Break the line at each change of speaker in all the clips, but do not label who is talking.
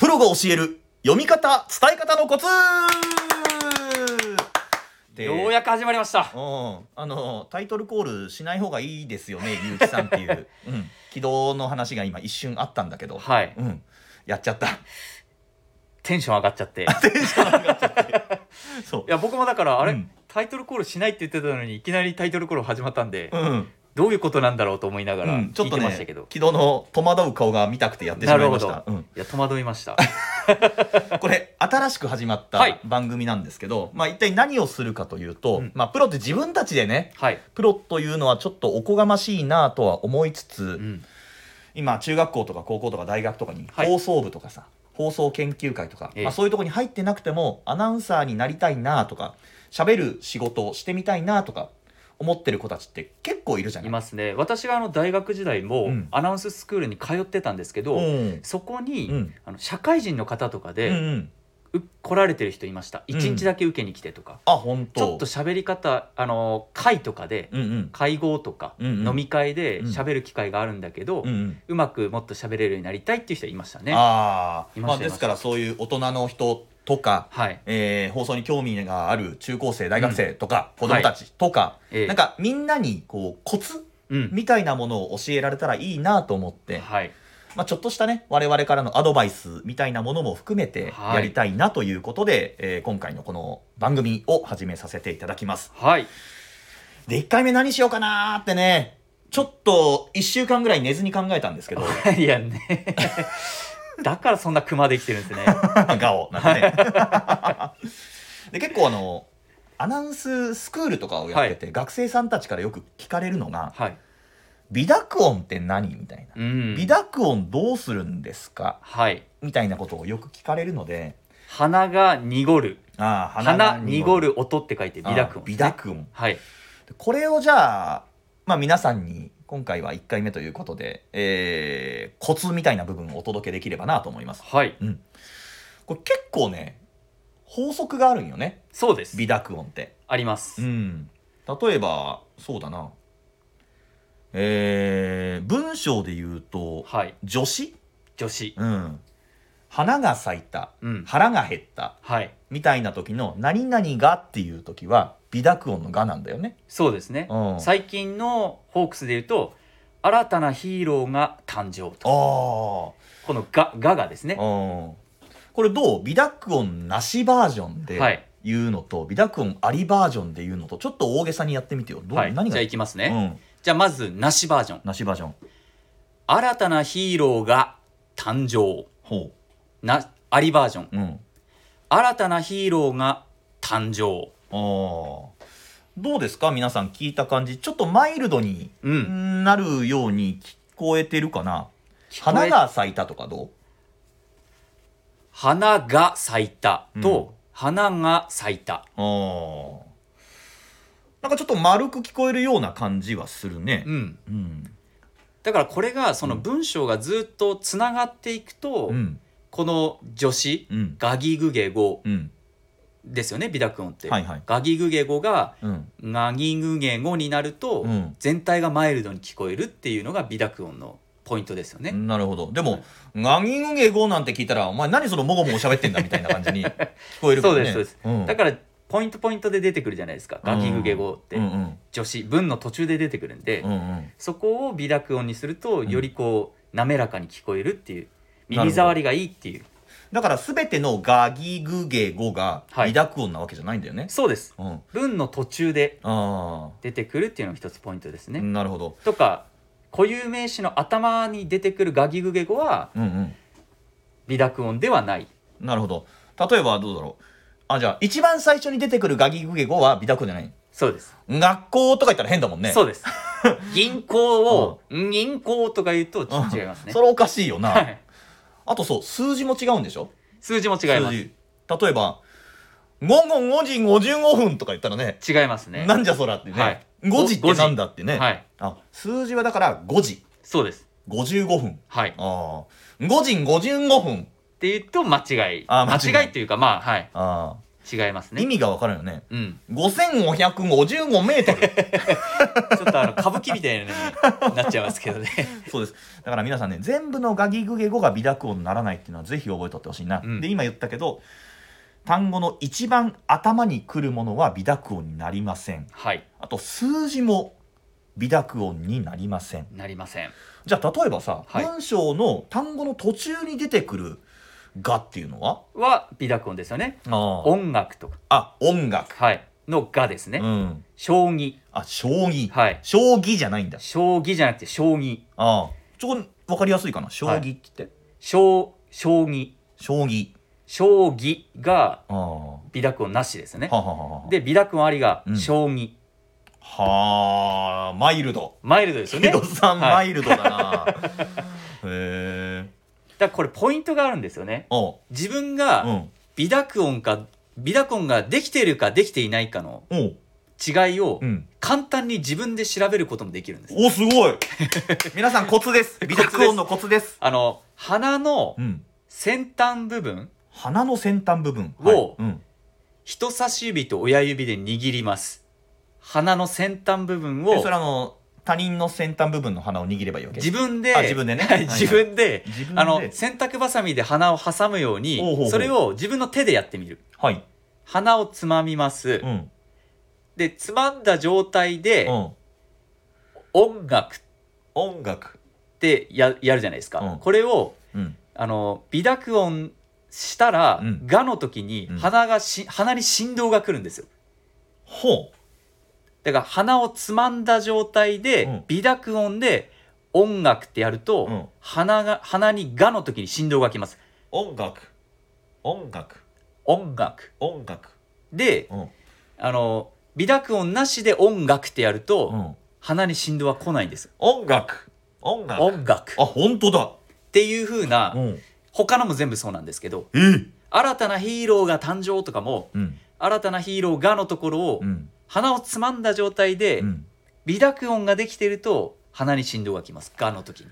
が教える読み方伝え方のコツで
ようやく始まりました。
うんあのタイトルコールしない方がいいですよね結城さんって いう、うん、軌道の話が今一瞬あったんだけど、
はい。
うん、やっちゃった
テンション上がっち ゃって。い
そう
や、僕もだから、あれ、
うん
タイトルコールしないって言ってたのに、いきなりタイトルコール始まったんで、
うん
どういうことなんだろうと思いながら、
うん、ちょ
聞
っ
い
と
てまし
ね
たけど。
軌道の戸惑う顔が見たくてやってしまいました、うん、
いや、戸惑い ました。
これ新しく始まっ
は
た
い
番組なんですけど、まあ、一体何をするかというと、
うん
まあ、プロって自分たちでね
はい。
プロというのはちょっとおこがましいなとは思いつつ、
うん。
今中学校とか高校とか大学とかに
はい
放送部とかさ、放送研究会とか、
ええ
まあ、そういうとこに入ってなくてもアナウンサーになりたいなとか喋る仕事をしてみたいなとか思ってる子たちって結構いるじゃない
いますね。私があの大学時代も、
うん
アナウンススクールに通ってたんですけど、
うん
そこに、
うん
あの社会人の方とか
う
で、
んうん、
う来られてる人いました
うん
1日だけ受けに来てとか、
あ本当
ちょっと喋り方あの会とかで、
うんうん
会合とか、
うんうん
飲み会で
うん
喋る機会があるんだけど、う
うんうん
まくもっと喋れるようになりたいっていう人いましたね。
ああ
い
ま
ま
あ
した
ですからそういう大人の人とか、
はい、
えー放送に興味がある中高生大学生とか、子供たちとか、
ええ
なんかみんなにこうコツ
うん
みたいなものを教えられたらいいなと思って、
はい、
まあ、ちょっとしたね我々からのアドバイスみたいなものも含めて
はい
やりたいなということで、えー今回のこの番組を始めさせていただきます。
はい、
で1回目何しようかなーってねちょっと1週間ぐらい寝ずに考えたんですけ ど
いやね だからそんな熊できてるんですね。
ガオなんかね。 で結構あのアナウンススクールとかをやってて、学生さんたちからよく聞かれるのが
はい、
「微濁音って何?」みたいな
う
「
ん
微濁音どうするんですか?
はい、」
みたいなことをよく聞かれるので
鼻が濁る
「ああ
鼻濁る音って書いて微濁音
微濁音
はい
これをじゃあ、まあ、皆さんに今回は1回目ということで、えーコツみたいな部分をお届けできればなと思います
はい
これ結構ね法則があるんよね
そうです
微濁音って
あります、
うん、例えばそうだなえー文章で言うと
はい
助詞、
女子
うん、花が咲いた
うん
腹が減った
はい
みたいな時の「何々が」っていう時は微濁音の「が」なんだよね。
そうですね、
うん
最近のホークスで言うと新たなヒーローが誕生
あー
とこのが「が」がですね
うんこれどう微濁音なしバージョン
は
で
い
言うのと、微濁音ありバージョンで言うのとちょっと大げさにやってみてよ。どう
はい、
何
じゃ
が
あいきます
う
ね、
ん
じゃあまずなしバージョン
なしバージョン。
新たなヒーローが誕生
ほ
なありバージョン
う。うん
新たなヒーローが誕生
あーどうですか皆さん聞いた感じちょっとマイルドに
うん
なるように聞こえてるかな、
聞こえ
花が咲いたとかど
花が咲いたと、
うん
花が咲いた
うあーなんかちょっと丸く聞こえるような感じはするね
う。ん
うん
だからこれがその文章がずっとつながっていくと、
うん
この助詞
うん
ガギグゲゴ
うん
ですよね美濁音って、
はいはい
ガギグゲゴが
うん
ガギグゲゴになると、
うん
全体がマイルドに聞こえるっていうのが美濁音のポイントですよね、
なるほどでも「ガギンゲゴ」なんて聞いたら「お前何そのもごもご喋ってんだ」みたいな感 じに聞こえるか
そう
らね
ですそうです、
うん
だからポイントポイントで出てくるじゃないですかガギグゲゴって、
うんうん
助詞文の途中で出てくるんで、
うんうん
そこを美濁音にするとよりこう滑らかに聞こえるっていう
なるほど
耳障りがいいっていう
だから全ての「ガギグゲゴ」が
はい
微濁音なわけじゃないんだよね。
そうです
うん
文の途中で
あ
出てくるっていうのが一つポイントです
あ、
ね、
なるほど。
とか固有名詞の頭に出てくるガギグゲ語は
うんうん。
美濁音ではない
なるほど。例えばどうだろう。あ、じゃあ、一番最初に出てくるガギグゲ語は美濁じゃない。
そうです、
学校とか言ったら変だもんね。
そうです 銀行を銀行とか言うとちょっと違いますね
それおかしいよな。
はい
あとそう、数字も違うんでしょ
数字も違いま
数字。例えば、午後5時55分とか言ったらね、
す違いますね
なんじゃそらってね、
はい
5時ってなんだってね。
はい
あ数字はだから5時、
そうです
55分。
はい
ああ、5時55分。
っていうと間違い
あ間違い
間違いというかまあはい
ああ。
違いますね
意味が分かるよね
うん、
5555メート ル
ちょっとあの歌舞伎みたいなのになっちゃいますけどね
そうですだから皆さんね全部のガギグゲ語が微濁音にならないっていうのはぜひ覚えとってほしいな、
うん
で今言ったけど単語の一番頭にくるものは微濁音になりません
はい
あと数字も微濁音になりません
なりません
じゃあ例えばさ、
はい
文章の単語の途中に出てくる「が」っていうのは
は美濁音ですよね
あ
音楽とか
あ音楽、
はいのがですね、
うん、
将棋
あ将棋、
はい
将棋じゃないんだ
将棋じゃなくて将棋
ああちょ分かりやすいかな将棋って言って、
将将棋
将棋
将棋が
ああは
美濁音なしですね
あはあはあ
で美濁音ありが
うん
将棋、
はあマイルド
マイルドですよ
ヒ
ね
ロさん、
はい
マイルドだなへ え
だからこれポイントがあるんですよね
あ
自分
う
が
ん
美濁音か美濁音ができているかできていないかの
おう
違いを
うん
簡単に自分で調べることもできるんです
おす ごい皆さんコツです美濁音のコツです
あの鼻の
うん
先端部分
鼻の先端部分
を
はいうん
人差し指と親指で握ります鼻の先端部分
で
を
それあの他人の先端部分の鼻を握ればいいわけ
自分で
あ自分でね
はい
はいはい
自分で
自分で
あの洗濯ばさみで鼻を挟むように
おうほうほう
それを自分の手でやってみる
はい
鼻をつまみます
うん
でつまんだ状態で
うん
音楽っ
音楽
てややるじゃないですか、
うん
これを
うん
あの微濁音したら「
うん
が」の時に
うん
鼻がし、鼻に振動が来るんですよ
ほ
だから鼻をつまんだ状態で、
うん
微濁音で音楽ってやると、
うん
鼻が鼻に「が」の時に振動が来ます
う音楽音楽
音楽
音楽
で
うん
あの微濁音なしで音楽ってやると、
うん
鼻に振動は来ないんですよ
音楽音楽
音楽っ
あ本当だ
ていう風な、
うん
他のも全部そうなんですけど
え
新たなヒーローが誕生とかも
うん
新たなヒーローがのところを、
うん
鼻をつまんだ状態で、
うん
微濁音ができていると鼻に振動がきますがの時に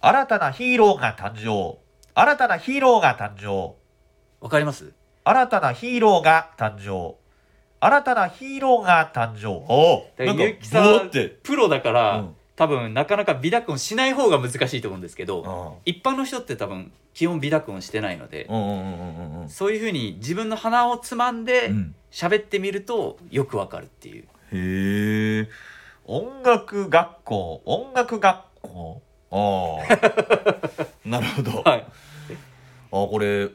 新たなヒーローが誕生新たなヒーローが誕生
わかります
新たなヒーローが誕生新たなヒーローが誕生おお
だ
な
か
ん
ら
か
ゆうきさ
ブ
ん
ワって
プロだから、
うん
多分なかなか微濁音しない方が難しいと思うんですけど、
うん
一般の人って多分基本微濁音してないので、
うんうんうんうんうん
そういうふうに自分の鼻をつまんで
うん
喋ってみるとよくわかるっていう
へえ音楽学校音楽学校あ あなるほどあ
はい
これ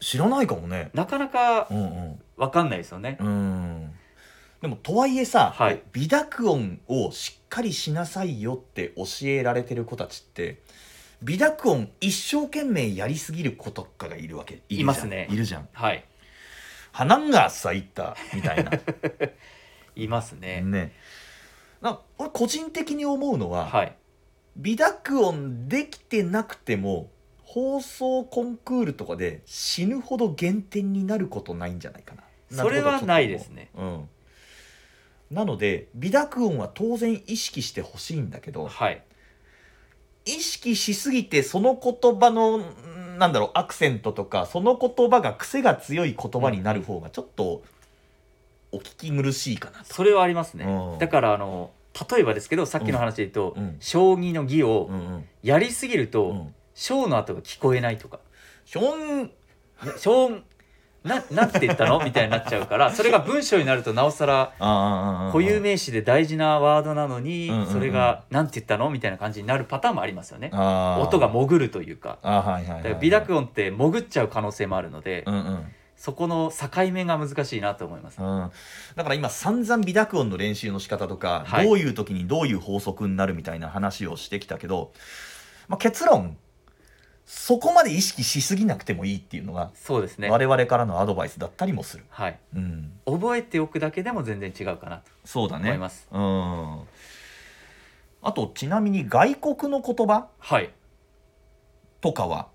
知らないかもね
なかなか
うんうん
わかんないですよね
うんでもとはいえさ、
はい
微濁音をしっかりしなさいよって教えられてる子たちって微濁音一生懸命やりすぎる子とかがいるわけるじゃん
いますね
いるじゃん
はい
花が咲いたみたい な
いますね、
ねな俺個人的に思うのは、
はい
微濁音できてなくても放送コンクールとかで死ぬほど減点になることないんじゃないかな
それはないですね、
うん、なので微濁音は当然意識してほしいんだけど
はい
意識しすぎてその言葉のんなんだろうアクセントとかその言葉が癖が強い言葉になる方がちょっとお聞き苦しいかなと、
それはありますね、
うん
だからあの例えばですけどさっきの話で言うと、
うん
将棋の儀を
うんうん
やりすぎる
う
と
ん、
「将、の後が聞こえないとか
ひょん
「将、ななんて言ったの?」みたいになっちゃうからそれが文章になるとなおさら
あ
固有名詞で大事なワードなのに、
うんうんうん
それが「なんて言ったの?」みたいな感じになるパターンもありますよね、音
音
が潜るというか
あはいはいはい、は
だか
い、
ら微濁音って潜っちゃう可能性もあるので、
うんうん
そこの境目が難しいなと思います、
うん、だから今散々微濁音の練習の仕方とか、
はい
どういう時にどういう法則になるみたいな話をしてきたけど、まあ、結論そこまで意識しすぎなくてもいいっていうのが、
そうですね
我々からのアドバイスだったりもする、
はい
うん、
覚えておくだけでも全然違うかなと
そうだね
思います
うん、あとちなみに外国の言葉
はい
とかは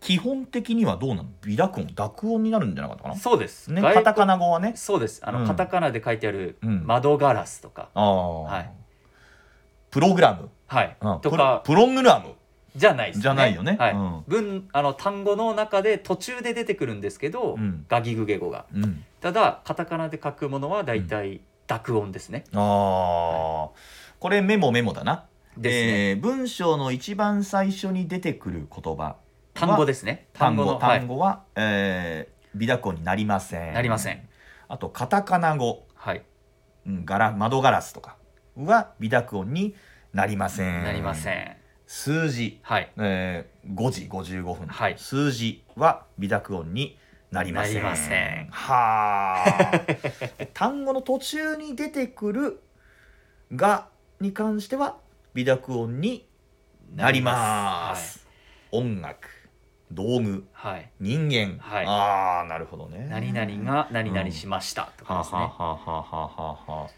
基本的にはどうなの微濁音濁音になるんじゃなかったかな、
そうです、
ね、
外
カタカナ語はね
そうですあの、
うん
カタカナで書いてある「
うん
窓ガラス」とか、
ああ、
はい
プログラム
はい
うん
とか
プロプログラム
じゃないですね
じゃないよね
はい
うん
文あの単語の中で途中で出てくるんですけど、
うん
ガギグゲゴが
うん、
ただカタカナで書くものは大体濁音ですね、
あーこれメモメモだな
ですね、
えー文章の一番最初に出てくる言葉
単語ですね
単
単語
語
の
単語は、えー微濁音になりません
はい、なりません
あとカタカナ語、
はい
うん、ガラ窓ガラスとかは微濁音になりません
なりません、
数字、
はい
えー、5時55分、
はい
数字は微濁音になりません
なりません
はあ 単語の途中に出てくる「が」に関しては微濁音になります音楽道具
はい、はい
人間、
はい
ああなるほどね
何々が何々しましたとか
は
ですね、
あ、はあはあはあは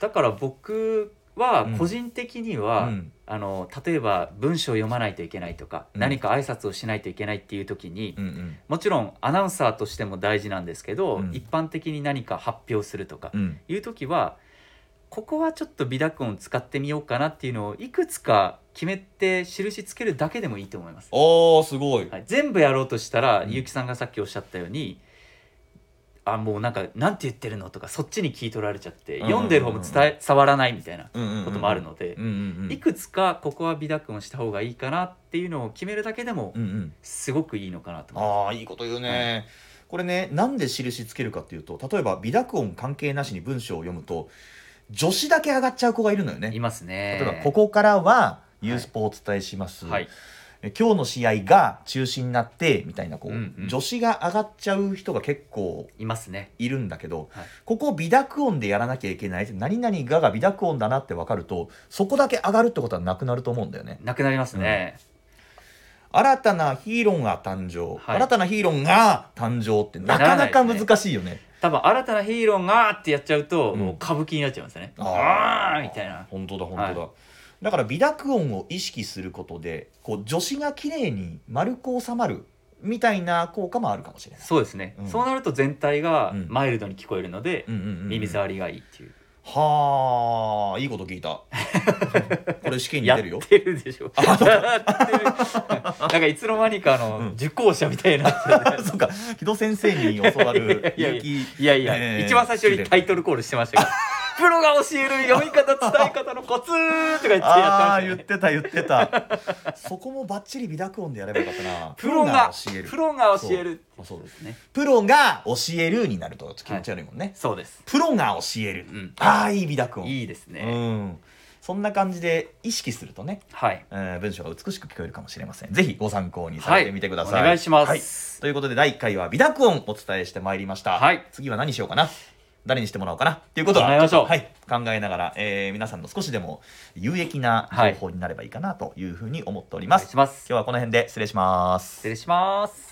だから僕は個人的に
あ
は、
うん
あの例えば文章を読まないといけないとか、
うん
何か挨拶をしないといけないっていう時に、
うんうん
もちろんアナウンサーとしても大事なんですけど、
うん
一般的に何か発表するとか
うん
いう時はここはちょっと微濁音使ってみようかなっていうのをいくつか決めて印つけるだけでもいいと思います。
おーすごい、
はい、全部やろうとしたら、
うん
ゆうきさんがさっきおっしゃったようにあもうなんかなんて言ってるのとかそっちに聞い取られちゃって、
うん
読んでる方も伝え伝わらないみたいな
うんうんうん
こともあるので
う、んうんうん
いくつかここは微濁音した方がいいかなっていうのを決めるだけでも
うんうん
すごくいいのかなと思いま
ああいいこと言うね、これねなんで印つけるかっていうと例えば微濁音関係なしに文章を読むと助詞だけ上がっちゃう子がいるのよ
す。い
ね
ますね。
例えばここからはユースポをお伝えします、
はい、
え今日の試合が中止になってみたいなこう、
うんうん
助詞が上がっちゃう人が結構
いますね。
いるんだけど、
はい
ここを微濁音でやらなきゃいけない何々がが微濁音だなって分かるとそこだけ上がるってことはなくなると思うんだよね
なくなりますね。
新たなヒーローが誕生、
はい
新たなヒーローが誕生ってなかなか難しいよね
多分新たなヒーローがーってやっちゃうと、
うん
もう歌舞伎になっちゃいますね。
あ
あーみたいな。
本当だ本当だ、だから微濁音を意識することでこう助詞が綺麗に丸く収まるみたいな効果もあるかもしれない、
そうですね、
うん
そうなると全体が
うん
マイルドに聞こえるので、
うんうんうんうん
耳障りがいいっていう。
はあいいこと聞い たこれ試験に
や
出
っ
るよ
てるでしょ。 やってる。なんかいつの間にかあの、
うん
受講者みたいになっちゃ って
そうか木戸先生に教わる
いやいやいやいや
勇気
いやいや、
えー
一番最初にタイトルコールしてましたけ ど、プロが教える読み方伝え方のコツーとか言ってや
あ
っ
あ
てま
言
し
った
ね。
てた言ってたそこもバッチリ微濁音でやればよかったな
プロが
教える
プロが教える。
そうそう
ですね。
プロが教えるになると気持ち悪いもんね、
そうです。
プロが教える、
うん
ああいい微濁音
いいですね。
うん、そんな感じで意識するとね、
はい。
えー文章が美しく聞こえるかもしれませんぜひご参考にされてみてください、
お願いしま
はい
す。
ということで第1回は美濁音お伝えしてまいりました、
はい
次は何しようかな誰にしてもらおうかなっていうことは
考えましょう
はい、考えながら、えー皆さんの少しでも有益な情報になればいいかなというふうに思っており
お
ま
願い
す、
します。
今日はこの辺で失礼します
失礼します。